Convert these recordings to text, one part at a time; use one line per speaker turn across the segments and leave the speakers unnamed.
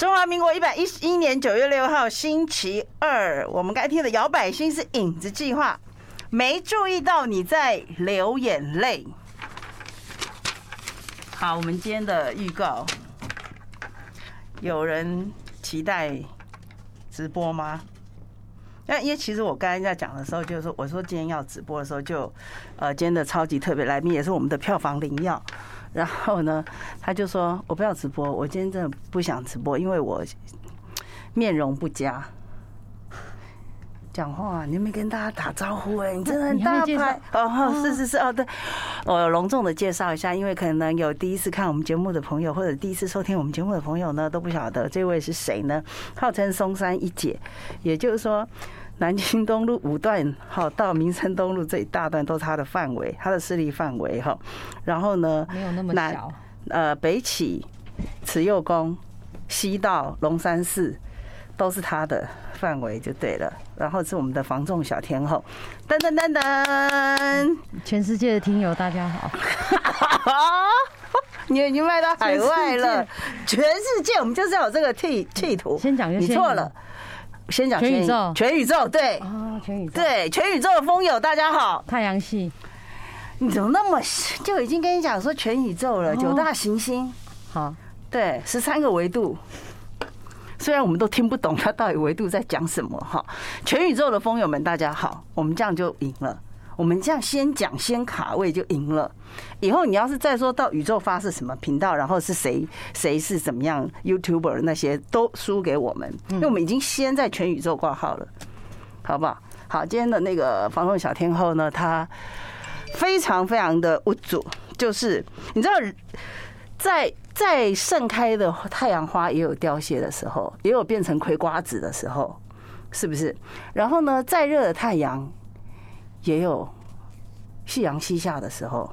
到民国一百一十一年九月六号星期二，我们该听的摇摆星是影子计划。没注意到你在流眼泪。好，我们今天的预告，有人期待直播吗？那因为其实我刚才在讲的时候，就是说，我说今天要直播的时候就，呃，今天的超级特别来宾也是我们的票房灵药。然后呢，他就说我不要直播，我今天真的不想直播，因为我面容不佳。讲话、你没跟大家打招呼哎、你真的很
你还没
大
介
牌
绍
哦，哦是是是哦，对，我隆重的介绍一下，因为可能有第一次看我们节目的朋友，或者第一次收听我们节目的朋友呢，都不晓得这位是谁呢？号称松山一姐，也就是说，南京东路五段好到民生东路这一大段都是他的范围，他的势力范围哈。然后呢，
没有那么
南
小，
呃，北起慈幼宫、西到龙山寺，都是他的范围就对了。然后是我们的防重小天后，噔噔噔噔，
全世界的听友大家好，
你已经卖到海外了，全世界，我们就是要有这个地地图。
先讲就
你
先
错了，先讲
全宇
先
宙
全宇宙对。
啊，全宇宙，
对，哦全宇宙的风友，大家好！
太阳系，
你怎么那么小就已经跟你讲说全宇宙了，
哦
九大行星，
好，
对，十三个维度。虽然我们都听不懂它到底维度在讲什么哈，全宇宙的风友们，大家好，我们这样就赢了。我们这样先讲先卡位就赢了，以后你要是再说到宇宙发是什么频道，然后是谁谁是怎么样 YouTuber 那些都输给我们，因为我们已经先在全宇宙挂号了，好不好？好，今天的那个防控小天后呢，她非常非常的无助，就是你知道在在盛开的太阳花也有凋谢的时候，也有变成葵瓜子的时候，是不是？然后呢，再热的太阳也有夕阳西下的时候，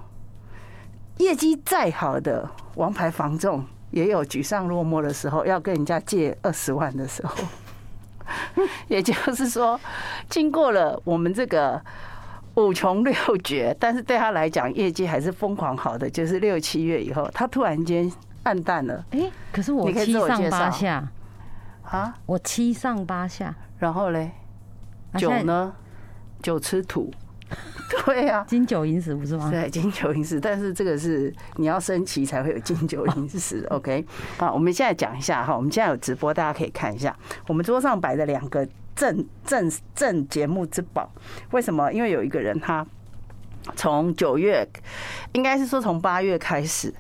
业绩再好的王牌房仲也有沮丧落寞的时候，要跟人家借二十万的时候。 也就是说，经过了我们这个五穷六绝，但是对他来讲，业绩还是疯狂好的。就是六七月以后，他突然间暗淡了
哎，可是我
你可以
七
自我介
上八
绍
下，
啊。
我七上八下，
然后嘞，
啊
酒？呢？酒吃土， 对呀、
现在金九银十不是吗？
对，金球银石，但是这个是你要升旗才会有金球银石。OK，好，我们现在讲一下哈，我们现在有直播，大家可以看一下，我们桌上摆的两个正正正节目之宝，为什么？因为有一个人他从九月，应该是说从八月开始。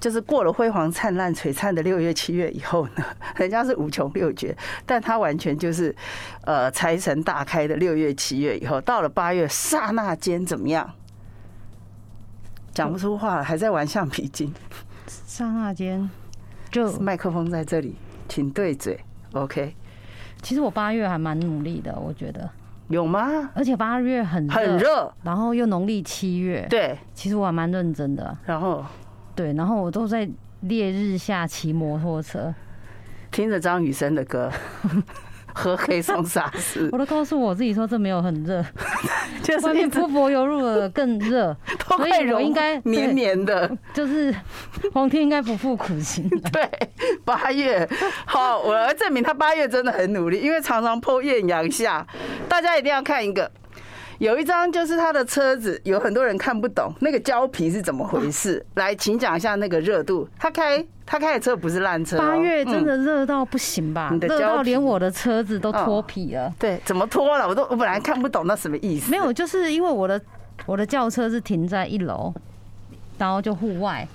就是过了辉煌灿烂璀璨的六月、七月以后呢， 人家是五穷六绝，但他完全就是，呃，财神大开的六月、七月以后，到了八月，刹那间怎么样？讲不出话了，还在玩橡皮筋。
刹那间，就
麦克风在这里，请对嘴。OK，
其实我八月还蛮努力的，我觉得，
有吗？
而且八月很
很，热，
然后又农历七月，
对。
其实我还蛮认真的，
然后
对，然后我都在烈日下骑摩托车，
听着张雨生的 歌，喝黑松沙士，
我都告诉我自己说这没有很 热，
就
外
是一
面
直
泼泼油入了更热，
都快
所以我
融
应该对
绵绵的。
就是皇天应该不负苦心 的，
对，八月好，我要证明他八月真的很努力，因为常常剖艳阳下，大家一定要看一个。有一张就是他的车子，有很多人看不懂那个胶皮是怎么回
啊
事。来，请讲一下那个热度。他开他开的车不是烂车哦、
八月真
嗯、
的热到不行吧？
你的嗯
热
胶
到
皮
连我的车子都脱皮了。
对，怎么拖了？我都我本来看不懂那什么意思。
没有，就是因为我的我的轿车是停在一楼，然后就户外。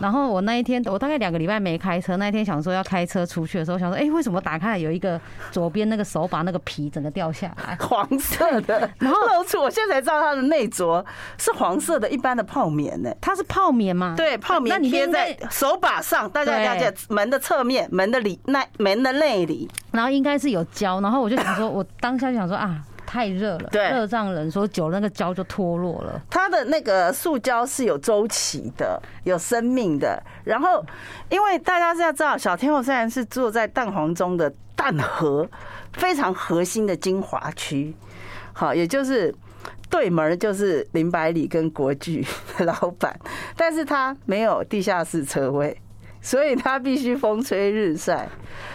然后我那一天，我大概两个礼拜没开车。那一天想说要开车出去的时候，想说，哎、为什么打开来有一个左边那个手把那个皮整个掉下来？
黄色 的，然后露出，我现在才知道它的内着是黄色的，一般的泡棉呢、
它是泡棉吗？
对，泡
那
棉
里面
贴
应
在
该，
手把上，大家了解
对
门的侧面、门的里、那门的内里。
然后应该是有胶。然后我就想说，我当下就想说啊，太热了，
对
热胀冷缩，久了那个胶就脱落了。
它的那个塑胶是有周期的，有生命的。然后，因为大家是要知道，小天后虽然是坐在蛋黄中的蛋核，非常核心的精华区，好，也就是对门儿就是林百里跟国巨的老板，但是他没有地下室车位。所以它必须风吹日晒。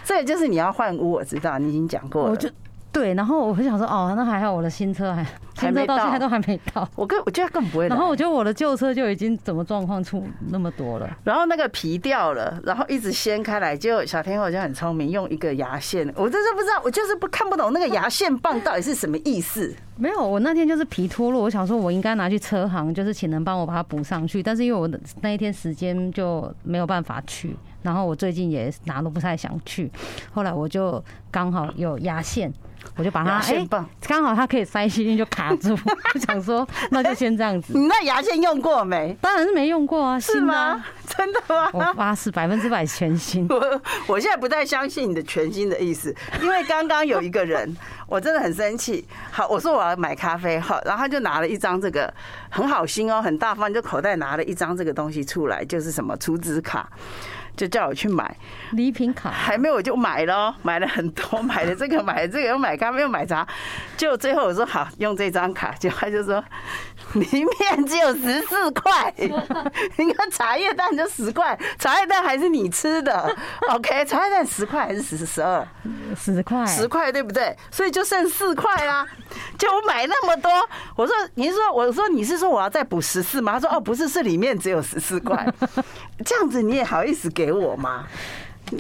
这也就是你要换屋，我知道你已经讲过了。
我就对，然后我就想说，哦，那还好，我的新车还
还
新
没
车到现
到
在都还没 到。
我更我觉得更不会来。
然后我觉得我的旧车就已经怎么状况出那么多了，
然后那个皮掉了，然后一直掀开来，结果小天后就很聪明，用一个牙线，我真是不知道，我就是不看不懂那个牙线棒到底是什么意思。
没有，我那天就是皮脱落，我想说我应该拿去车行，就是请人帮我把它补上去，但是因为我的那一天时间就没有办法去，然后我最近也哪都不太想去，后来我就刚好有牙线。我就把它
牙线
哎
棒，
刚、好它可以塞吸进去就卡住， 我想说那就先这样子。
你那牙线用过没？
当然是没用过啊，
是
新的啊
吗？？真的吗？。
我发誓百分之百全新
我我现在不太相信你的全新的意思，因为刚刚有一个人，我真的很生气。好，我说我要买咖啡，好，然后他就拿了一张这个，很好心哦，很大方，就口袋拿了一张这个东西出来，就是什么储值卡，就叫我去买。
礼品卡
还没有我就买了哦， 买了很多，买了这个，买了这个，又买咖啡，又买茶，就最后我说好用这张卡，结果他就说 里面只有十四块， 你看茶叶蛋就十块，茶叶蛋还是你吃的，OK，茶叶蛋十块还是十十二？
十块，
十块对不对？所以就剩四块啦。 就我买那么多，我说您说我说你是说我要再补十四吗？他说哦不是，是里面只有十四 块，这样子你也好意思给我吗？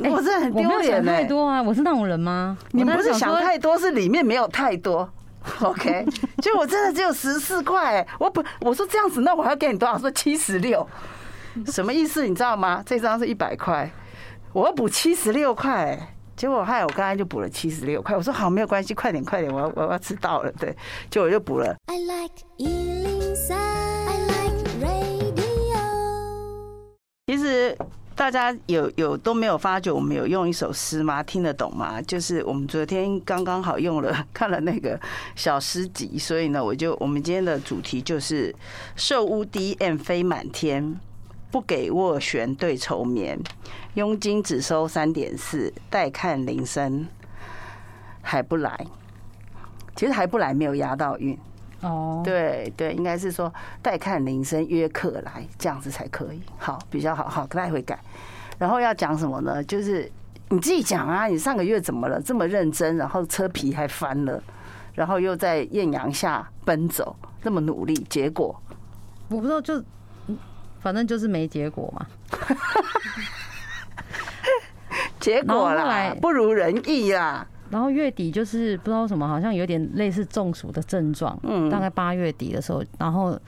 哎
我真的很
我没
丢
有想
脸
太
哎！
多啊，我是那种人吗？
你
我
们
当
不
时
是想
说
太多，是里面没有太多。OK，就 我真的只有十四块，我不我说这样子，那我还要给你多少？说七十六，什么意思？你知道吗？这张是一百块，我要补七十六块，结果害我刚才就补了七十六块。我说好，没有关系，快点快点，我要我要吃到了，对，结果我就补了
I like Ealing Sound. I like radio.
其实大家有有都没有发觉我们有用一首诗吗？听得懂吗？就是我们昨天刚刚好用了 看了那个小诗集，所以呢，我就我们今天的主题就是“寿屋 DM 飞满天，不给斡旋对愁眠，佣金只收三点四，待看铃声还不来。”其实还不来，没有押到韵。
哦，
对对，应该是说待看铃声约客来，这样子才可以，好比较好，好待会改。然后要讲什么呢？就是你自己讲啊，你上个月怎么了？这么认真，然后车皮还翻了，然后又在艳阳下奔走，那么努力，结果
我不知道，就嗯反正就是没结果嘛。
结果
然后后
啦
来，
不如人意啦。
然后月底就是不知道为什么，好像有点类似中暑的症状，
嗯
大概八月底的时候，然后嘖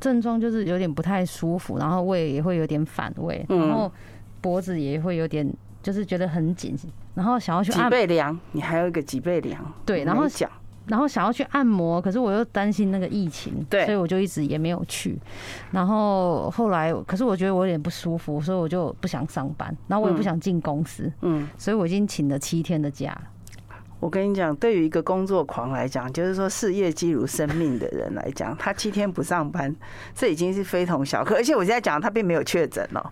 症状就是有点不太舒服，然后胃也会有点反胃，
嗯
然后脖子也会有点就是觉得很紧，然后想要去
脊
按，
背凉，你还有一个脊背凉，
对
你
然后
没讲
然后想要去按摩，可是我又担心那个疫情，
对
所以我就一直也没有去。然后后来，可是我觉得我有点不舒服，所以我就不想上班，然后我也不想进公司，
嗯，
所以我已经请了七天的假了。
我跟你讲，对于一个工作狂来讲，就是说视业基如生命的人来讲，他七天不上班，这已经是非同小可。而且我现在讲，他并没有确诊哦，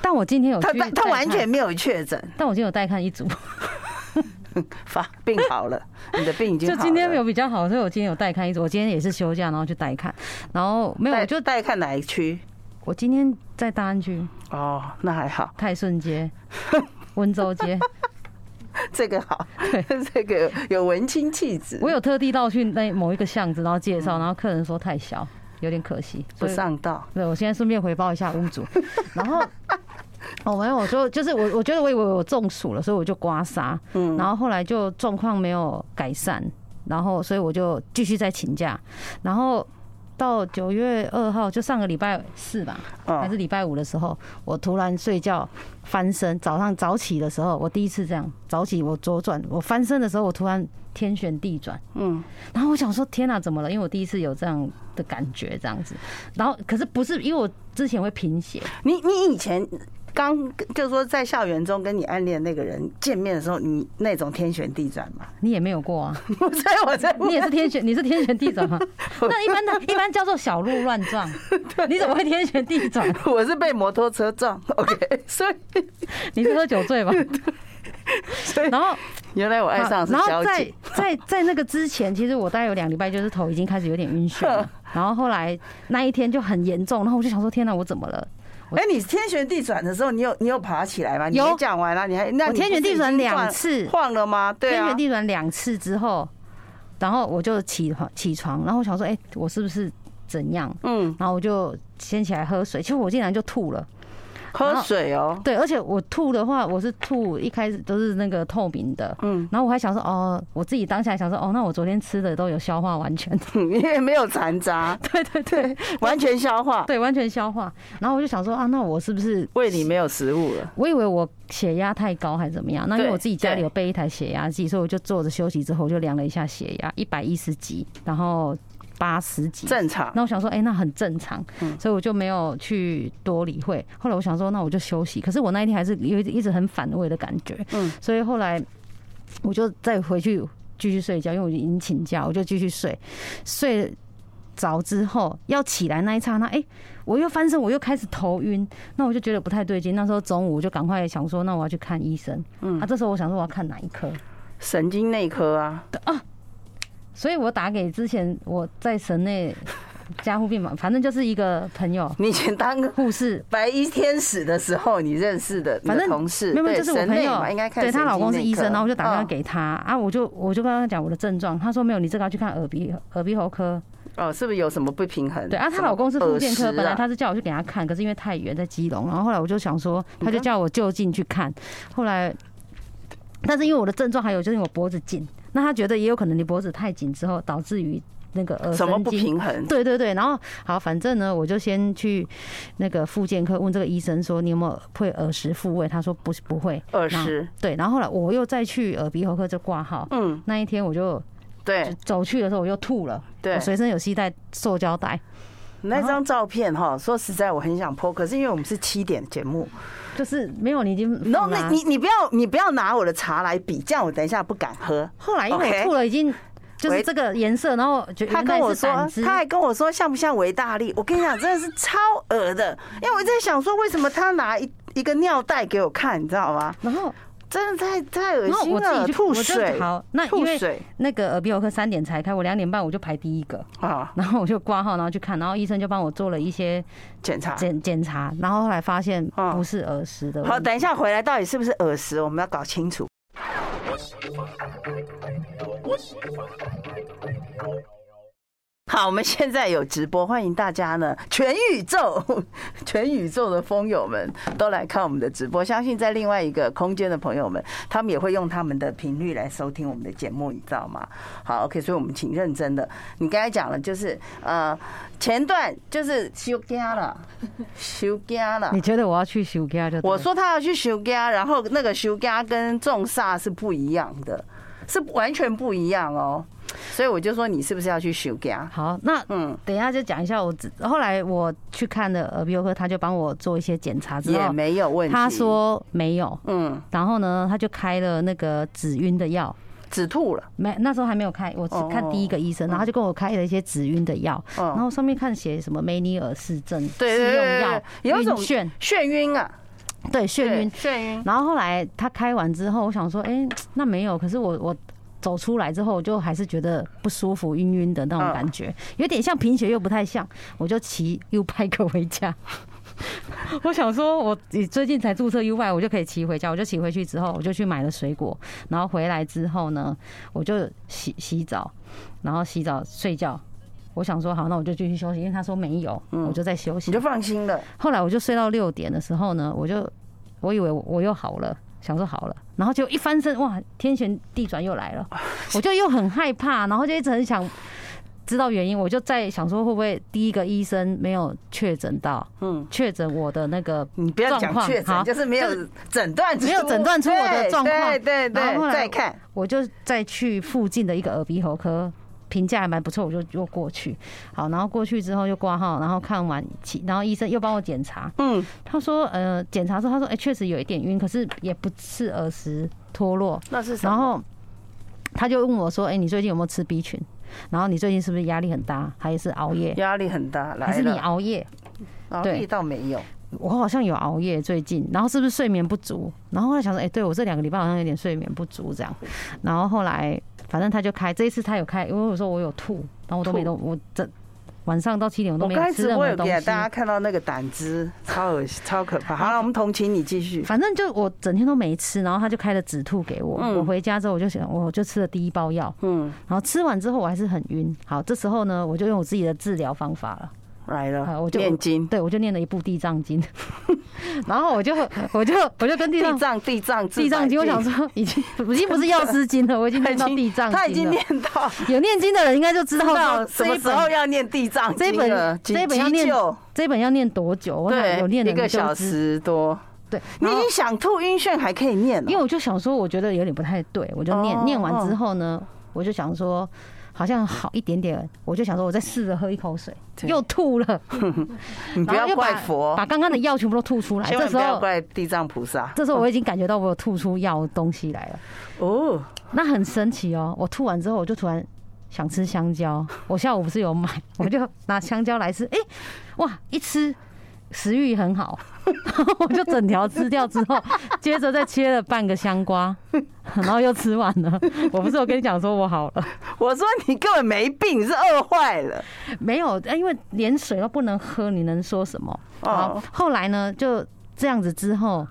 但我今天有
他
去
他他
带
完全
看，
没有确诊，
但我今天有带看一组，
发病好了，你的病已经
就
好了。
今天没有比较好，所以我今天有带看一组。我今天也是休假，然后去带看，然后没有，
带
我就
带看哪一区？
我今天在大安区
哦，那还好，
泰 顺街、温州街，
这个好
对，
这个有文青气质。
我有特地到去那某一个巷子，然后介绍，然后客人说太小，有点可惜，
嗯不
所以
上道，
对，我现在顺便回报一下屋主，然后。哦，没有，我就就是我，我觉得我以为我中暑了，所以我就刮痧，
嗯
然后后来就状况没有改善，然后所以我就继续再请假，然后到九月二号，就上个礼拜四吧，还
哦
是礼拜五的时候，我突然睡觉翻身，早上早起的时候，我第一次这样早起，我左转，我翻身的时候，我突然天旋地转，
嗯，
然后我想说，天哪、怎么了？因为我第一次有这样的感觉，这样子。然后可是不是因为我之前会贫血，
你你以前。刚就是说，在校园中跟你暗恋那个人见面的时候，你那种天旋地转嘛，
你也没有过啊，
所以 我在问
你也是天旋，你是天旋地转吗？那一般的，一般叫做小鹿乱撞，你怎么会天旋地转？
我是被摩托车撞，OK，所 以
你是喝酒醉吧？
所以
然后
原来我爱上的
然
是
后
交
在
警，
在在那个之前，其实我大概有两礼拜，就 是头已经开始有点晕眩了。然后后来那一天就很严重，然后我就想说：天哪，我怎么了？我
哎、你天旋地转的时候，你有你有爬起来吗？你
有
没讲完了、你还那
我
你
天旋
不是
地
已
转
经
两
转
次
晃了吗？对
天
啊
旋，地转两次之后，然后我就起床起床，然后我想说，哎、我是不是怎样？
嗯，
然后我就先起来喝水，结果我竟然就吐了。然
喝
后
水哦，
对，而且我吐的话，我是吐一开始都是那个透明的，
嗯，
然后我还想说，哦，我自己当下想说，哦，那我昨天吃的都有消化完全，
嗯 因为没有残渣，
对对对
完全消化，
对，完全消化。然后我就想说，啊，那我是不是？
胃里没有食物了。
我以为我血压太高还是怎么样，那因为
对
我自己家里
对
有备一台血压计，所以我就坐着休息之后，我就量了一下血压，一百一十几，然后八十几，
正常
那我想说，哎、那很正常，所以我就没有去多理会。后来我想说，那我就休息。可是我那一天还是有一一直很反胃的感觉，
嗯
所以后来我就再回去继续睡觉，因为我已经请假，我就继续睡。睡着之后要起来那一刹那，哎、我又翻身，我又开始头晕，那我就觉得不太对劲。那时候中午我就赶快想说，那我要去看医生。嗯，啊，这时候我想说我要看哪一科，
神经内科啊，
所以我打给之前我在省内 加护病房，反正就是一个朋友。
你以前当个
护士，
白衣天使的时候，你认识的你的
反正
同事，
没有，
对
就是我
神
朋
内
友
嘛，应该，看
对她
神
老公
经
是
内
医生，
科
然后我就打电话
哦
给她啊，我就我就跟她讲我的症状，她说没有，你这个要去看耳鼻耳鼻喉科。
哦，是不是有什么不平衡？
对啊，
什
她
么
老公是妇健
耳
科，
石
本来
啊
她是叫我去给她看，可是因为太远在基隆，然后后来我就想说，她就叫我就近去看，后来，但是因为我的症状还有就是因为我脖子紧，那她觉得也有可能你脖子太紧之后导致于那个耳
什么
神
不
经
平衡？
对对对，然后好，反正呢，我就先去那个复健科问这个医生说你有没有会耳石复位，他说不是不会
耳
然后
石
对，然后后来我又再去耳鼻喉科就挂号，
嗯，
那一天我就
对
走去的时候我又吐了，
对
我，哦随身有携带塑胶袋，
那张照片哈，说实在我很想 po，可是因为我们是七点节目，
就是没有你已经嗯啊
然后
放啦
那你你不要你不要拿我的茶来比，这样我等一下不敢喝。
后来因为
OK
我吐了已经就是
喂
这个颜色，然后就
他跟我说
原来是胆，汁
他还跟我说像不像维大利？我跟你讲，真的是超恶的，因为我在想说，为什么他拿一一个尿袋给我看，你知道吗？
然后
真的太太恶
然后
心
我自己
了，
去
吐
我就
水，
好，那因
吐
为
水
那个耳鼻喉科三点才开，我两点半我就排第一个。
啊！
然后我就挂号，然后去看，然后医生就帮我做了一些
检查
检检查，然后后来发现
哦
不是耳石的问题。
啊好，等一下回来到底是不是耳石，我们要搞清楚。好，我们现在有直播，欢迎大家呢，全宇宙、全宇宙的风友们都来看我们的直播。相信在另外一个空间的朋友们，他们也会用他们的频率来收听我们的节目，你知道吗？好，OK，所以我们请认真的。你刚才讲了，就是呃，前段就是呃休假了，休假了
你。觉得我要去休假就对
我说他要去休假，然后那个休假跟重煞是不一样的，是完全不一样哦。所以我就说你是不是要去休假？
好，那
嗯，
等一下就讲一下我只后来我去看呃的耳鼻喉科，他就帮我做一些检查之
也
后，
没有问题。
他，说没有，
嗯，
然后呢他就开了那个止晕的药。
止吐了，
没，那时候还没有开，我只看第一个医生，然后他就跟我开了一些止晕的药，
哦
然后上面看写什么梅尼尔氏症，
对对
吃用
对
药，
对有一种
晕眩，
眩晕啊，
对眩晕
对，眩晕。
然后后来他开完之后，我想说，哎、那没有。可是我我走出来之后，我就还是觉得不舒服，晕晕的那种感觉，有点像贫血又不太像。我就骑 U bike 回家。 我想说，我最近才注册 U bike，我就可以骑回家。我就骑回去之后，我就去买了水果，然后回来之后呢，我就洗洗澡，然后洗澡睡觉。我想说好，那我就继续休息，因为他说没有，我就在休息
你。就放心了，
后来我就睡到六点的时候呢，我就我以为我又好了，想说好了，然后就一翻身，哇，天旋地转又来了，我就又很害怕，然后就一直很想知道原因，我就在想说会不会第一个医生没有确诊到，
嗯，
确诊我的那个
你不要讲
状况
确诊，
好
就是没有
就是
诊断出，
没有诊断出我的
对
状况
对对
然后后
对，
来
再看，
我就再去附近的一个耳鼻喉科，评价还蛮不错，我就又过去。好，然后过去之后就挂号，然后看完起，然后医生又帮我检查。
嗯，
他说，呃，检查之后他说，哎、确实有一点晕，可是也不是耳石脱落。
那是什
然
么？
后他就问我说，哎、你最近有没有吃 B 群？然后你最近是不是压力很大，还是熬夜？
压力很大，
还
来
是你
了，
熬夜？
然后
对
力道没有，
我好像有熬夜最近，然后是不是睡眠不足？然后后来想说，哎、对我这两个礼拜好像有点睡眠不足这样。然后后来反正他就开，这一次他有开，因为我说我有吐，然后我都没
吐
动，我这晚上到七点我都
我
没
刚才
有吃
直
任
播
何
有
东
给
西。
大家看到那个胆汁，超恶心，超可 怕。好了，我们同情你继续。
反正就我整天都没吃，然后他就开了止吐给我。
嗯
我回家之后我就想，我就吃了第一包药，
嗯，
然后吃完之后我还是很晕。好，这时候呢，我就用我自己的治疗方法了。
来了，
好我就
念经，
对，我就念了一部《地藏经》， 然后我就我就我就跟
地
地藏
藏，地藏，
地藏经，我想
说，
说已经已经不是药师经了，我已经
他
念
已
到
经
地藏经了。
他已经念到，
有念经的人应该就
知
知道
道
说
什
这
么
一
时
本
候要念地藏
这一
经
本
了，急
这一本要念
急救
这本要念多久？我想有念的
对，一
人就
个
知
小时多。
对，
你
然
已
后
经想吐晕眩还可以念哦，
因为我就想说，我觉得有点不太对，我就念
哦
念完之后呢，我就想说。好像好一点点，我就想说，我再试着喝一口水，
对
又吐了，
你不
然
要
后又把
怪佛
把，刚刚的药全部都吐出来。
千
这
万
时
不要
候，
怪地藏菩萨。
这时候我已经感觉到我有吐出药东西来了，
哦，
那很神奇哦。我吐完之后，我就突然想吃香蕉， 我下午不是有买， 我就拿香蕉来吃，哎、哇，一吃食欲很好， 我就整条吃掉之后，接着再切了半个香瓜， 然后又吃完了。 我不是有跟你讲说我好了，
我说你根本没病，你是饿坏了。
没有，哎因为连水都不能喝，你能说什么？好
哦，，
后来呢，就这样子之后，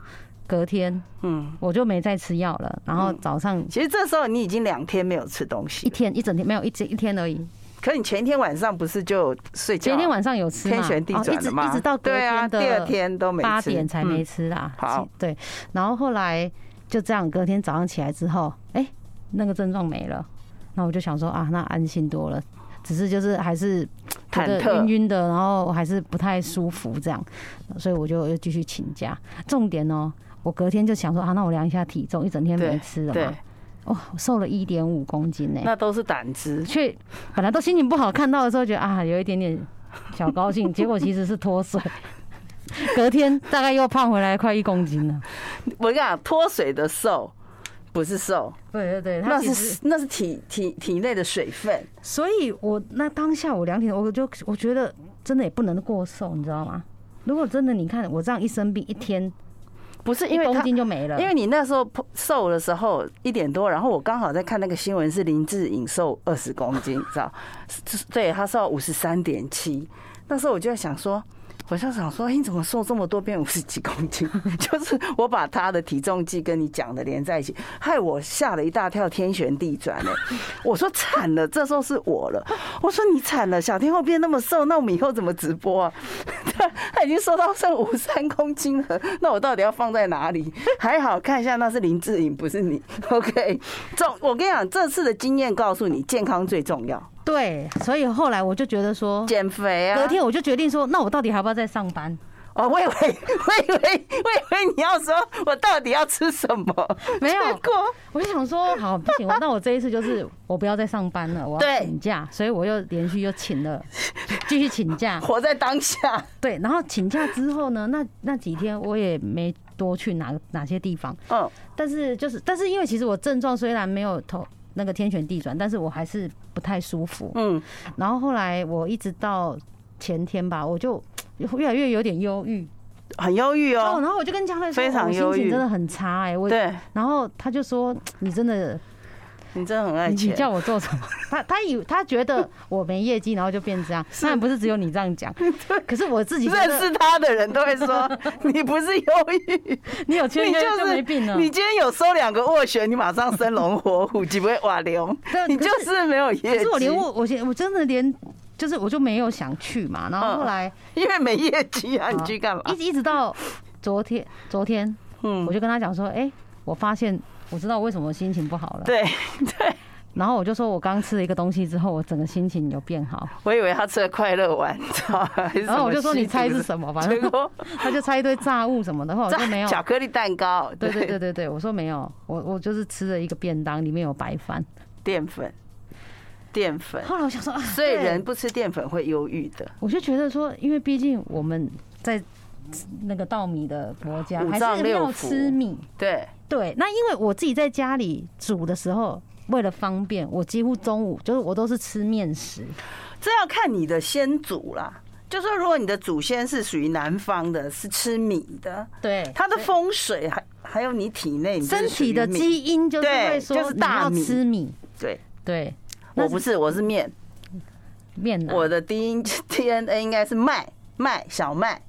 隔天
嗯，
我就没再吃药了，然后早上。
其实这时候你已经两天没有吃东
一
西，
天一整天没有一天一天而已，
可你前一天晚上不是就睡觉？
前一天晚上有吃嘛，
天旋地
哦一
转
直
了吗？
一直到隔
对啊，
天
第
的
二天都没吃
八点才没。吃啦。
嗯好
其对，然后后来就这样，隔天早上起来之后，哎、那个症状没了，那我就想说啊，那安心多了。只是就是还是觉
忐
得
忑
晕晕的，然后还是不太舒服这样，所以我就又继续请假。重点哦、我隔天就想说啊，那我量一下体重，一整天没
对
吃了嘛
对，，
哦，我瘦了一点五公斤呢、
那都是胆汁。
却本来都心情不好，看到的时候觉得啊有一点点小高兴，结果其实是脱 水。隔天大概又胖回来快一公斤了。
我跟你讲，脱水的瘦不是瘦，
对对对，
那
他其实
是，那是体体体内的水分。
所以我那当下我两点，我就我觉得真的也不能过瘦，你知道吗？如果真的你看我这样一生病一天，
不是
一
因为
公
他，
斤就没了，
因为你那时候瘦的时候一点多，然后我刚好在看那个新闻，是林志颖瘦二十公斤，你知道？是对他瘦五十三点七，那时候我就在想说。我就想说，哎，你怎么瘦这么多，变五十几公斤？ 就是我把他的体重计跟你讲的连在一起，害我吓了一大跳，天旋地转哎！我说惨了，这时候是我了。我说你惨了，小天后变那么瘦，那我们以后怎么直播啊？他 他已经瘦到剩五三公斤了，那我到底要放在哪 里？还好看一下，那是林志颖，不是你。OK，这我跟你讲，这次的经验告诉你，健康最重要，
对，所以后来我就觉得说，
减肥啊。
哦隔天我就决定说，那我到底还要不要再上班？
哦，我以为， 我以为，我以为你要说我到底要吃什么，
没有
结果
我就想说，好不行，那我这一次就是我不要再上班了，我要
对
请假，所以我又连续又请了，继续请假。
活在当下。
对，然后请假之后呢，那那几天我也没多去哪哪些地方，
嗯，
但是就是，但是因为其实我症状虽然没有头那个天旋地转，但是我还是不太舒服。
嗯，
然后后来我一直到前天吧，我就越来越有点忧郁
很忧郁
哦，
哦。
然后我就跟江慧说，
非常
我心
忧
情
郁
真的很差哎、我
对
然后他就说你真的
你真的很爱
你你
钱，
叫我做什么？ 他他以为他觉得我没业绩，然后就变这样。当然不是只有你这 样讲，可是我自己觉
认
得
识他的人都会 说你不是忧郁，
你有签
你
约
就是
就没病了。
你今天有收两个斡旋，你马上生龙活虎， 几不会瓦流
对，
你
可
就是是没有业
可
绩
是，我连我我现我真的连就是我就没有想去嘛。然后后来
因为没业绩啊，你去干嘛？
一直一直到昨天昨天，
嗯
我，就跟他讲说，哎，我发现我知道为什么我心情不好了。
对 对，
然后我就说我刚吃了一个东西之后，我整个心情有变好。
我以为他吃了快乐丸，你知道吗？
然后我就说你猜是
么
什么吧，
西
然
毒的？结
后
果
他就猜一堆炸物什么的，后来我就没 有。
巧克力蛋糕，
对对对，对对，我说没有，我我就是吃了一个便当，里面有白饭。
淀粉，淀粉，
后来我想说，啊、
所以
对
人不吃淀粉会忧郁的。
我就觉得说，因为毕竟我们在那个稻米的国家，
五
还
脏
是
六
要
腑
吃米。
对，
对，那因为我自己在家里煮的时候，为了方便，我几乎中午就是我都是吃面食。
这要看你的先祖啦。就说如果你的祖先是属于南方的，是吃米的，
对，
它的风水还还有你体内你就是
身
属于
体的
米
基因就是
对
会说
就是
你
大
要
米
吃米。
对，
对，那嗯
我不是我是面，
面南？
我的 D DNA 应该是麦麦小麦，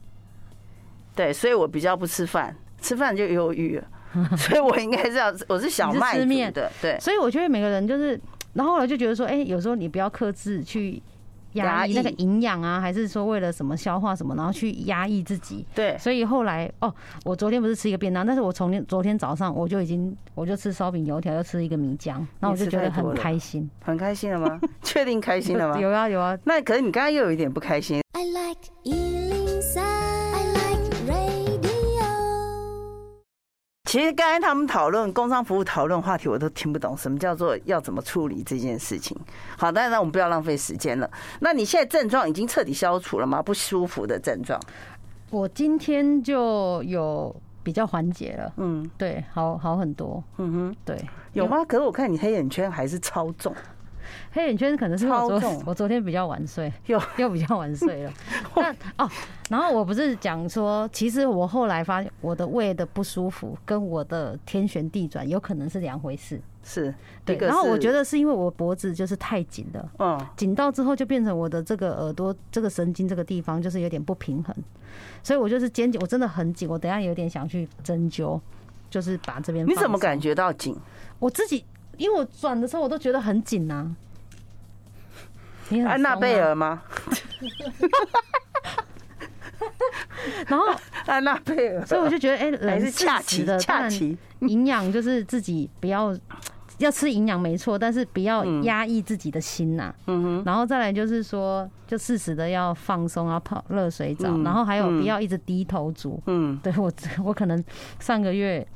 对，所以我比较不吃饭，吃饭就忧郁了， 所以我应该是要我是小
你是
麦
吃
族
面
的，对，
所以我觉得每个人就是，然后后来就觉得说，哎、有时候你不要克制去压
压
抑
抑
那个营养啊，还是说为了什么消化什么，然后去压抑自己。
对，
所以后来哦，我昨天不是吃一个便当，但是我从天昨天早上我就已经我就吃烧饼油条，又吃一个米浆，然后我就觉得很开心。
很开心了 吗？确定开心了吗？
有啊有啊，
那可是你刚刚又有一点不开心，
I like Ealing Sound. I like radio.
其实刚才他们讨论工商服务讨论话题，我都听不懂什么叫做要怎么处理这件事情。好，但是我们不要浪费时间了。那你现在症状已经彻底消除了吗？不舒服的症状，
我今天就有比较缓解了，
嗯
对，好好很多，
嗯哼，
对。
有吗？可是我看你黑眼圈还是超重，
黑眼圈可能是因为我
超
昨
重
我昨天比较晚睡，
有
又比较 晚睡了。那哦，然后我不是讲说，其实我后来发现我的胃的不舒服跟我的天旋地转有可能是两回事。
是
对，
一个
然后我
是
觉得是因为我脖子就是太紧了，
嗯，
紧到之后就变成我的这个耳朵这个神经这个地方就是有点不平衡，所以我就是肩颈我真的很紧，我等一下有点想去针灸，就是把这边
你怎么
放松
感觉到紧？
我自己，因为我转的时候我都觉得很紧呐、你很
安娜
松啊
贝，尔吗？
然后
安娜贝尔，
所以我就觉得，哎、
还是
人适
恰
时
奇
的，当
恰
然
奇，
营养就是自己不要要吃营养没错，但是不要压抑自己的心呐、
嗯
然后再来就是说，就适时的要放松，要泡热水澡，
嗯
然后还有
嗯
不要一直低头 族。
嗯
对我，我可能上个月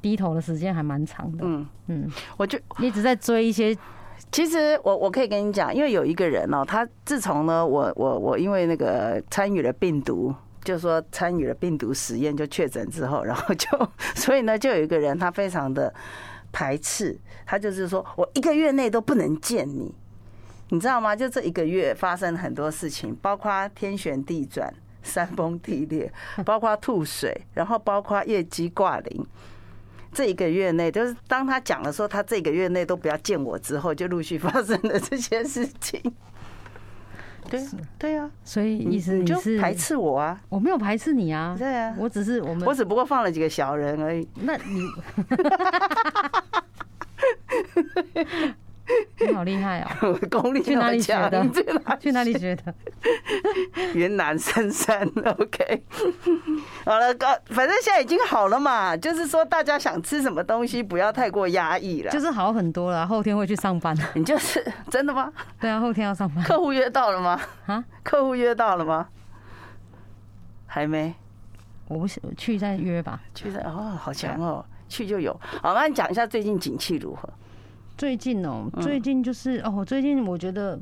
低头的时间还蛮长的，
嗯，
嗯，
我就
一直在追一些
其实我我可以跟你讲，因为有一个人哦，他自从呢，我我我因为那个参与了病毒，就是说参与了病毒实验就确诊之后，然后就 所以呢，就有一个人他非常的排斥，他就是说我一个月内都不能见你，你知道吗？就这一个月发生很多事情，包括天旋地转、山崩地裂，包括吐水，然后包括业绩挂零。这一个月内，就是当他讲了说他这个月内都不要见我之后，就陆续发生了这些事情。对对啊，
所以
你
意思
你
你
就是排斥我啊，
我没有排斥你啊，
对啊
我只是我们
我只不过放了几个小人而已。
那你，你好厉 害哦、
功力
去哪里学
那么
的
强去哪里
去哪里学的？
云南深山，OK，好了，高，反正现在已经好了嘛，就是说大家想吃什么东西，不要太过压抑了。
就
就是
是好很多了，后天会去上班。
你就是真的吗？
对啊，后天要上班
客户约到了吗？
啊！
客户约到了吗？还没，
我不是去再约吧。
去的哦，好强哦，去就有。好，那你讲一下最近景气如何？
最近哦、
嗯
最近就是哦，我最近我觉得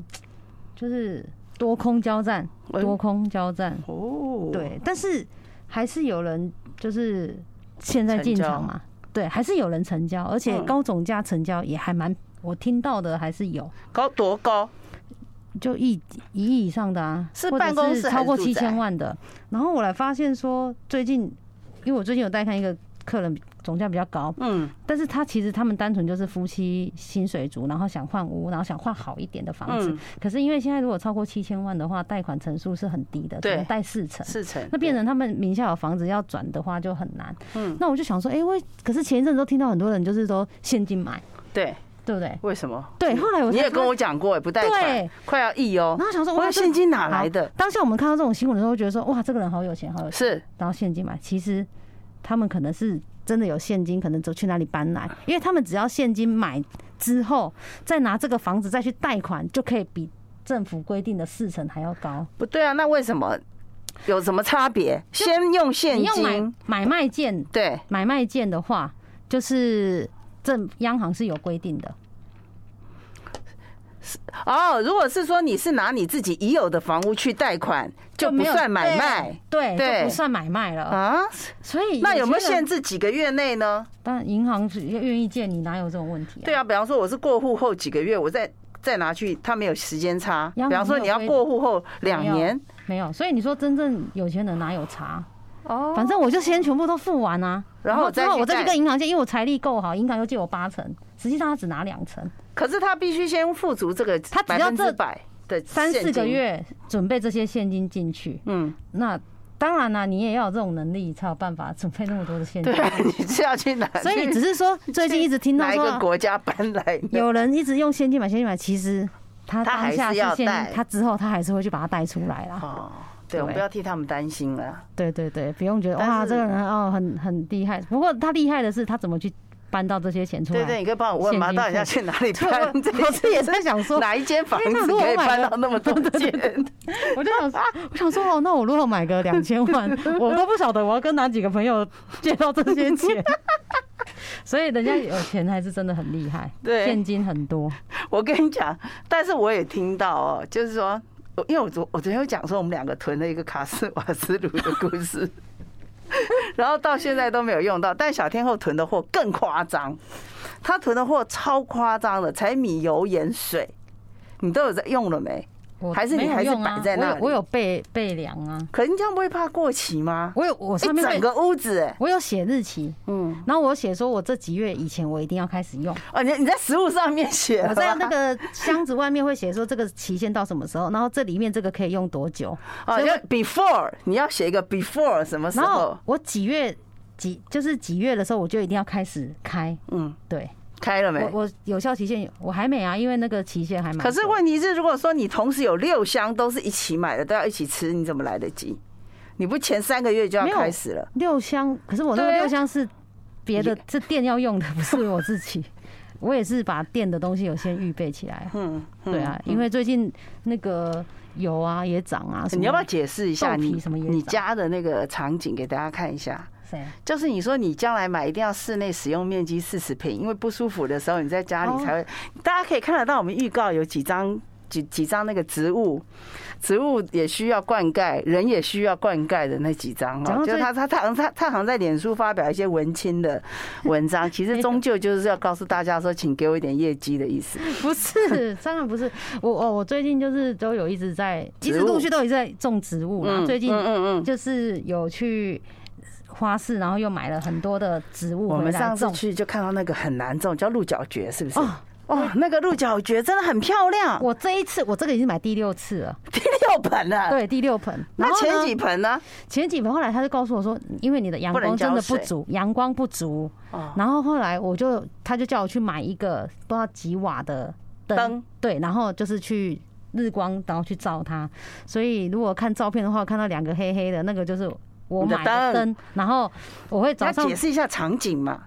就是多空交战，
哎
多空交战。
哦，
对，但是还是有人就是现在
成
进
交
场嘛，对，还是有人成交，而且
嗯
高总价成交也还蛮，我听到的还是有。
高多高？
就一一亿以上的啊，
是
或者
办公室还
是
是
超过
住
七
宅
千万的。然后我来发现说，最近因为我最近有带看一个客人，总价比较高，
嗯
但是他其实他们单纯就是夫妻薪水族，然后想换屋，然后想换好一点的房子。
嗯，
可是因为现在如果超过七千万的话，贷款成数是很低的，只
对
能贷四成。
四成。
那变成他们名下有房子要转的话就很难。
嗯
那我就想说，哎、我可是前一阵子都听到很多人就是说现金买，
对，
对不对？
为什么？
对，后来我
你
才
也
发
跟我讲过，不贷款
对，
快要亿哦
然。后想说，
哇，
哇，这
现金哪来的？
当下我们看到这种新闻的时候，觉得说哇，这个人好有钱，好有钱，
是
然后现金买。其实他们可能是真的有现金，可能走去哪里搬来，因为他们只要现金买之后，再拿这个房子再去贷款，就可以比政府规定的四成还要高。
不对啊？那为什么有什么差别？先用现
你用买
金，
买卖件，
对，
买卖件的话，就是政央行是有规定的。
哦，如果是说你是拿你自己已有的房屋去贷款，就不
没有
算买卖，
对，
对
就不算买卖了。
啊？
所以
那有没有
些人
限？制几个月内呢？
当然，银行是愿意借你，哪有这种问题啊？
对啊，比方说我是过户后几个月，我再再拿去，他没有时间差。
央行
比方说
没有
你要
规
过户后两
没有
年，
没有，所以你说真正有钱人哪有差？
哦
反正我就先全部都付完啊，
然后我
之
再
后
去
我再去
贷
跟银行借，因为我财力够好，银行又借我八成，实际上他只拿两成，
可是他必须先付足这个
他只
百
要
分
这
之百，的
三四
现
个
金，
月准备这些现金进去，
嗯，
那当然啦、你也要有这种能力，才有办法准备那么多的现金
对。啊，你是要去哪？
所以
去
你只是说最近一直听 到
哪一
说
个
啊
国家搬来的？
有人一直用现金买现金买，其实他
他还
当下
是
是
要
现金
带，
他之后他还是会去把它带出来啦。
哦，对，我们
对
不要替他们担心了。
对对对，不用觉得
但
哇，
是
这个人哦很很厉害。不过他厉害的是他怎么去搬到这些钱出来。
对对，你可以帮我问吗？
现金
到底要去哪里
对，
搬？这
我我自己也在 想说，
哪一间房
因为那
子
如果
可以
我买
搬
了
到那么多
对对
间？
我就想，我想说哦，那我如果买个两千 万，我都不晓得我要跟哪几个朋友借到这 些钱。所以人家有钱还是真的很厉害，
对
现金很多，
我跟你讲，但是我也听到哦，就是说，我因为我昨我昨天有讲说我们两个囤了一个卡斯瓦斯炉的故事， 然后到现在都没有用到。但小天后囤的货更夸张，她囤的货超夸张的，柴米油盐水，你都有在用了没？
我
还是你
没有
还是
用啊
摆在那
我有我
里
有备备粮啊，
可是你这样不会怕过期吗？
我有我上
一
面
整
备
个屋子、哎，
我有写日期，
嗯，
然后我写说我这几月以前我一定要开始用。
哦，你你在食物上面写了吗，
我在那个箱子外面会写说这个期限到什么时候，然后这里面这个可以用多久。
哦，
所以
要
我
before，你要写一个 before 什么时
然后
候？
我几月几就是几月的时候我就一定要开始开。
嗯，
对
开了没
我？我有效期限我还没啊，因为那个期限还蛮久。
可是问题是，如果说你同时有六箱都是一起买的，都要一起吃，你怎么来得及？你不前三个月就要
没有
开始了，
六箱，可是我那个
对啊
六箱是别的是店要用的，不是我自己。 我也是把店的东西有先预备起来。
嗯，嗯
对啊，因为最近那个油啊也涨啊，什么
你要不要解释一下
豆皮
你
什么也啊
你
长
家的那个场景给大家看一下？
谁啊？
就是你说你将来买一定要室内使用面积四十平，因为不舒服的时候你在家
哦
里才会。大家可以看得到，我们预告有几张几几张那个植物，植物也需要灌溉，人也需要灌溉的那几张
讲
哈。
到
就是
最
他他他好像他他好像在脸书发表一些文青的 文章，其实终究就是要告诉大家说，请给我一点业绩的意 思。
不是，当然不是。我哦我我最近就是都有一直在，一直
植物
陆续都有在种植物啦。最近
嗯嗯嗯，
就是有去花市，然后又买了很多的植物
我
回
们
来
上次
种。
去就看到那个很难种，叫鹿角蕨，是不是？
哦
哦，那个鹿角蕨真的很漂亮，
我这一次，我这个已经买第六次了，
第 六盆了。
对，第六盆。
那
然后
前
呢
几盆呢？
前几盆，后来他就告诉我说，因为你的阳
不能
光真
浇
的不
水
足，阳光不足。
哦
然后后来我就，他就叫我去买一个不知道几瓦的灯
灯，
对，然后就是去日光，然后去照它。所以如果看照片的话，看到两个黑黑的，那个就是我
你的
买的
灯
灯。然后我会早
他
上
解释一下场景嘛。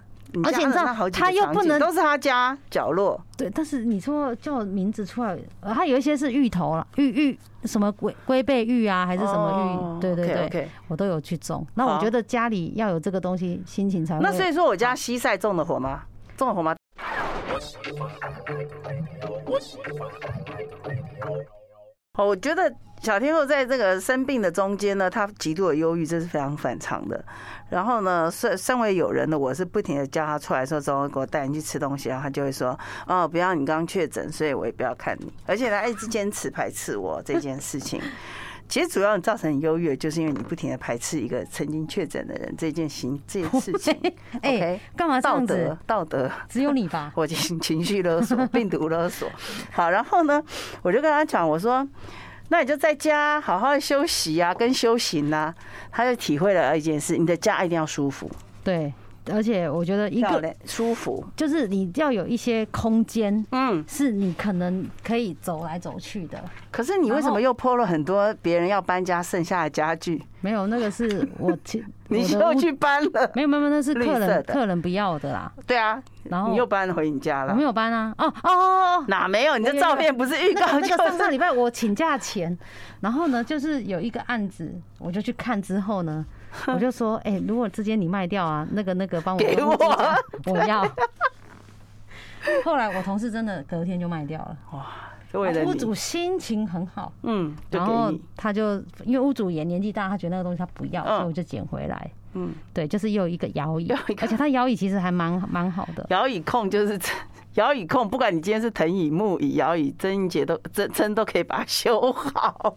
而且你知道他
他
又不能
都是他家角落，
对，但是你说叫我名字出来，呃它有一些是芋头了，芋芋什么龟龟背芋啊，还是什么
哦
芋？对对对
o k
我都有去种。那我
好
觉得家里要有这个东西，心情才会。
那所以说我家西晒种的火吗？种的火吗？哦，我觉得小天后在这个生病的中间呢，她极度的忧郁，这是非常反常的。然后呢，身身为友人的我是不停的叫她出来说，周给我带你去吃东西，然后她就会说，哦，不要你刚确诊，所以我也不要看你。而且她一直坚持排斥我这件事情。其实主要造成你忧郁，就是因为你不停的排斥一个曾经确诊的人这件行这件事情。
哎
OK，，
干嘛这
道
样
德
子？啊
道德，
只有你 吧？
我情情绪勒索、病毒勒索。 好，然后呢，我就跟他讲，我说。那你就在家好好休息啊，跟修行啊，他就体会了一件事：你的家一定要舒服，
对，而且我觉得一
漂
个
亮、舒服。
就是你要有一些空间，
嗯，
是你可能可以走来走去的。
可是你为什么又泼了很多别人要搬家剩下的家具？
没有，那个是 我去，
你
我的
又
屋
去搬 了，
没有没有，没有那是
绿
客人
色的
客人不要的啦。
对啊，
然后
你又搬回你家
我
了
没。有搬啊，哦哦哦哦，
哪没有？你
有
的
有有
照片不是预告
那个 那
就
个上上
是
礼拜我请假前，然后呢，就是有一个案子，我就去看之 后呢，我就说，哎、如果之间你卖掉啊，那个那个帮我
给我啊
我 要。后来我同事真的隔天就卖掉了，啊
为了
屋
你，
主心情很好，
嗯，就
然
给
后
你，
他就因为屋主也年纪大，他觉得那个东西他不要，
嗯
所以我就捡回来。
嗯，
对，就是又一个 摇椅
又一，个
而且他摇椅其实还蛮蛮好的。
摇椅控就是 摇椅控，不管你今天是藤椅、木椅、摇椅、真音节都真真都可以把它修好。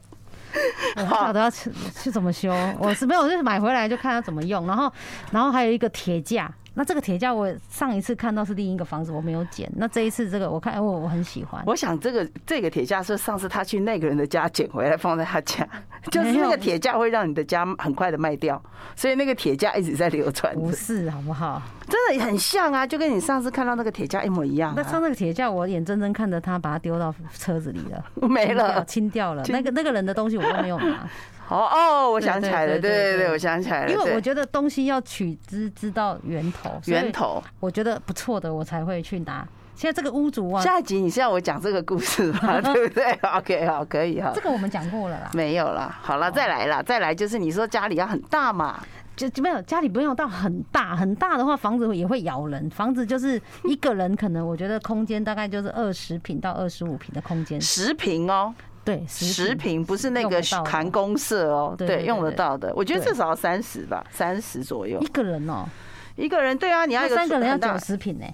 我不晓得 要去去怎么修，我是没有，就是买回来就看它怎么用。然后，然后还有一个铁架，那这个铁架我上一次看到是另一个房子，我没有剪。那这一次这个我看哎我我很喜欢，
我想这个这个铁架是上次他去那个人的家捡回来放在他家，就是那个铁架会让你的家很快的卖掉，所以那个铁架一直在流传着
不是好不
啊
好？
真的很像啊，就跟你上次看到那个铁架一模一样、
那上
啊，
那个铁架我眼睁睁看着他把它丢到车子里了，
没了。
清掉了。
清
那个那个人的东西我都没有拿，
哦哦，我想起来了，
对
对
对对
对
对
对，我想起来了，
因为我
对
觉得东西要取之知道源头，所以
源头。
我觉得不错的我才会去拿。现在这个屋主啊，
下一集你是要我讲这个故事吗？ 对不对？OK，好，可以哈
这。个我们讲过了啦，
没有啦，好
哦
了，再来啦，再来就是你说家里要很大嘛，
就就没有家里不用到很大，很大的话房子也会咬人。房子就是一个人可能我觉得空间大概就是二十平到二十五平的空间，
十平哦，
对，
十
十平。
平不是那
嗯用
个
得到的
含公社哦，
对对
对，
对
用得
对
到的。我觉得
对
至少要三十吧，三十左右
一个人哦、
一个人。对啊，你要
那
一个
三个人要
很大
九十平呢，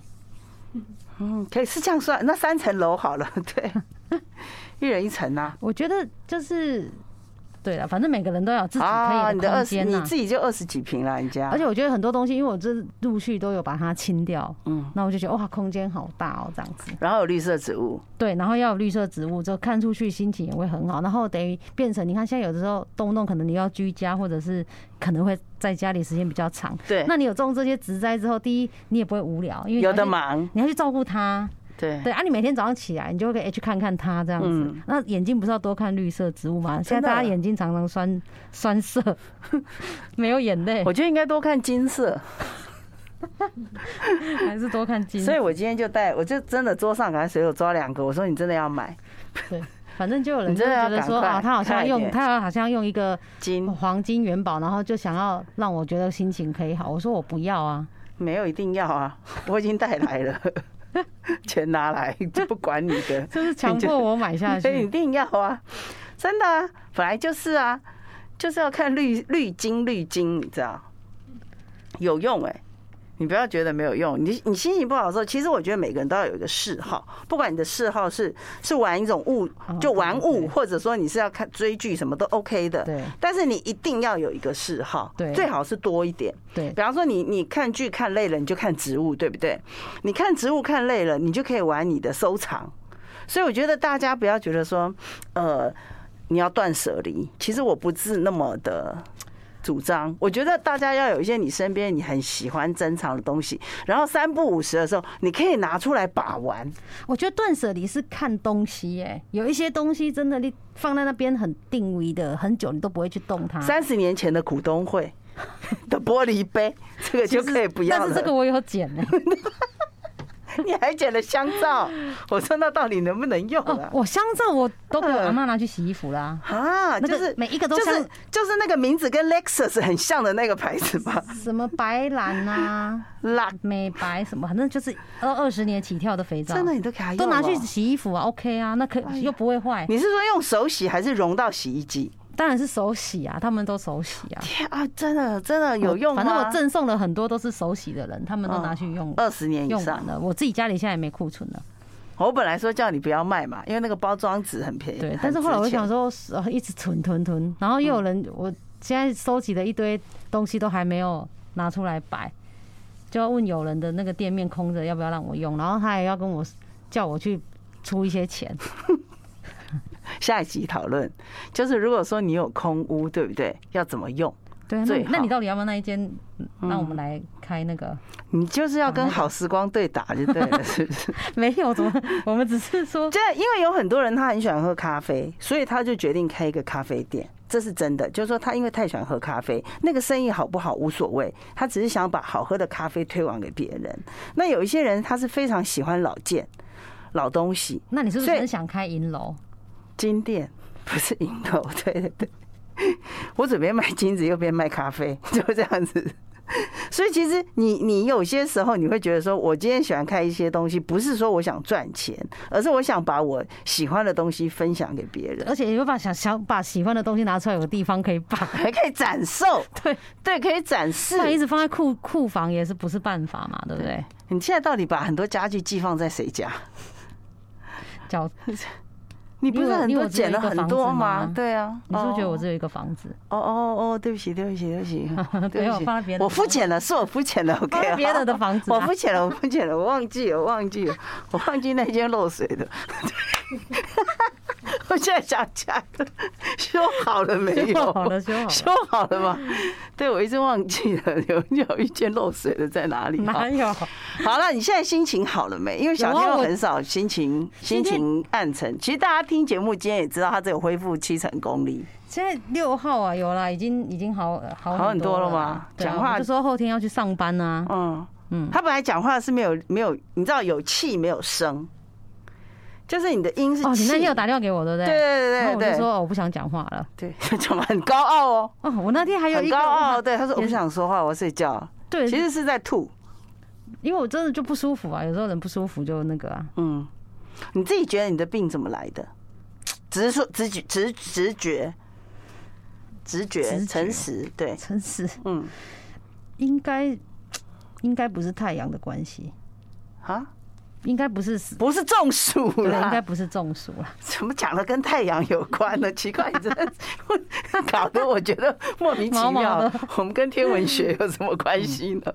嗯，可以是这样算，那三层楼好了， 对，一人一层啊呐。
我觉得就是对了，反正每个人都要有自己
啊，
可以
你的
空
二十，
间
你
呐、
自己就二十几平了，你家。
而且我觉得很多东西，因为我这陆续都有把它清掉，
嗯，
那我就觉得哇，空间好大哦，这样子。
然后有绿色植物，
对，然后要有绿色植物，就看出去心情也会很好。然后等于变成你看，现在有的时候动不动可能你要居家，或者是可能会在家里时间比较长。
对，
那你有种这些植栽之后，第一你也不会无聊，因为你要
有的
去，
忙，
你要去照顾它。
对，
对啊，你每天早上起来，你就会哎去看看它这样子。
嗯
那眼睛不是要多看绿色植物吗？现在
真的
大家眼睛常常酸酸涩， 没有眼泪
我，觉得应该多看金色，
还是多看金。
所以我今天就带，我就真的桌上赶快随手抓两个，我说你真的要买
对，反正就有人
你
就
真的要
觉得说
赶快
啊，他好像
快一
用
点
他好像用一个
金，
黄金元宝，然后就想要让我觉得心情可以好。我说我不要啊，
没有一定要啊，我已经带来了， 钱拿来就不管你的，
就是强迫我买 下
所以一
去。
定要啊，真的啊，本来就是啊，就是要看绿绿金绿金，你知道，有用哎、你不要觉得没有用，你你心情不好的时候，其实我觉得每个人都要有一个嗜好，不管你的嗜好是是玩一种物
哦，
就玩
对对
物，
对
或者说你是要看追剧，什么都 OK 的。
对
但是你一定要有一个嗜好，
对
最好是多一点。
对
比方说你你看剧看累了，你就看植物，对不对？你看植物看累了，你就可以玩你的收藏。所以我觉得大家不要觉得说，呃，你要断舍离。其实我不是那么的主张，我觉得大家要有一些你身边你很喜欢珍藏的东西，然后三不五时的时候，你可以拿出来把玩。
我觉得断舍离是看东西、哎，有一些东西真的你放在那边很定位的，很久你都不会去动它。
三十年前的股东会 的玻璃杯，这个就可以不要
但
了。
是这个我有剪 呢、
你还捡了香皂，我说那到底能不能用
哦
啊，？
我香皂我都被我阿妈拿去洗衣服啦。
啊，
那
就
个
是
每一个都
就是
像
就是那个名字跟 Lexus 很像的那个牌子 吧
什么白兰啊、
啦，
美白什么，反正就是二二十年起跳的肥皂，
真的你都给它用
都拿去
哦
洗衣服啊，OK 啊，那可
呀
又不会坏。
你是说用手洗还是融到洗衣机？
当然是手洗啊，他们都手洗啊，
天啊，真的真的有用吗？嗯
反正我赠送了很多都是手洗的人，他们都拿去用、
二十年以
用
上
完，了。我自己家里现在也没库存了，
我本来说叫你不要卖嘛，因为那个包装纸很便宜。
对
很。
但是后来我就
值钱
想说，呃一直囤囤囤，然后又有人，我现在收集的一堆东西都还没有拿出来摆，就要问有人的那个店面空着要不要让我用，然后他也要跟我叫我去出一些钱。
下一集讨论，就是如果说你有空屋，对不对？要怎么用？
对啊，那
最好
那你到底要不要那一间？让我们来开那哦个？
你就是要跟好时光对打就对了，是不是？
没有，怎么？我们只是说
这因为有很多人他很喜欢喝咖啡，所以他就决定开一个咖啡店，这是真的。就是说他因为太喜欢喝咖啡，那个生意好不好无所谓，他只是想把好喝的咖啡推广给别人。那有一些人他是非常喜欢老件、老东西，
那你是不是
所以
很想开银楼？
金店 不是银楼， 对对对，我左边卖金子，右边卖咖啡， 就这样子。所以其实你你有些时候你会觉得说，我今天喜欢看一些东西，不是说我想赚钱，而是我想把我喜欢的东西分享给别人，
而且有把想想把喜欢的东西拿出来，有个地方可以摆。
还可以展售，
对，
对，可以展示。
那一直放在库库房也是不是办法嘛？对不对？
你现在到底把很多家具寄放在谁家？
叫
你不是很
你有
多
我只有
减
一
了
个
很
房
多
子吗
对啊，
你是不是觉得我
哦
只有一个房子？，
哦哦哦，对不起，对不起，对不起对
没有
不起，
放在别人的
我肤浅了，是我肤浅了
放在
，OK，
别人的房子啊
哦 我肤浅了，我肤浅了，我忘记了，我忘记了，我忘记那间漏水的。 我现在想起来了，修好了没有？
修好了修好 了
修好了吗？对，我一直忘记了有有一间漏水的在哪里。
哪有？
好了，你现在心情好了没？因为小
有啊
天佑
我
很少心情
今
心
天
情暗沉。其实大家听节目今天也知道，他只有恢复七成功力。
现在六号啊，有啦，已经已经好好
好很多了
啦
嘛
对啊
讲话
我就说后天要去上班啊。
嗯
嗯，
他本来讲话是没有没有，你知道有气没有声，就是你的音是气。
哦，你那天有打电话给我，对不对？
对对对
然后我就
对
说哦我不想讲话了。
对对，怎么很高傲哦，
哦，我那天还 有
很
一个
高傲。
我
对，他说我
也
不
是
想说话，我要睡觉。
对，
其实是在吐。
因为我真的就不舒服啊，有时候人不舒服就那个啊，
嗯，你自己觉得你的病怎么来的？直说直觉直直觉，直
直
觉
觉
诚实对，
真是
嗯
应该应该不是太阳的关系，
啊，
应该不是死，
不是中暑
对，
啦，
应该不是中暑啦。
怎么讲的跟太阳有关呢？ 奇怪，你真的搞得我觉得莫名其
毛毛
妙
的。嗯
我们跟天文学有什么关系呢？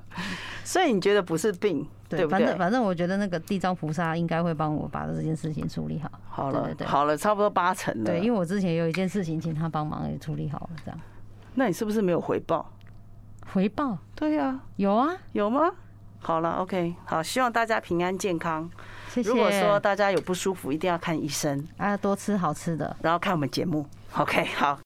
所以你觉得不是病，对不
反
对
正？反正我觉得那个地藏菩萨应该会帮我把这件事情处理好。
好
对
了
对，对
好了，差不多八成了。
对，因为我之前有一件事情请他帮忙也处理好了，这样
那你是不是没有回报？
回报
对呀、
有啊，
有吗？好了，OK，好，希望大家平安健康。
谢谢。
如果说大家有不舒服，一定要看医生，
啊，多吃好吃的。
然后看我们节目。OK，好。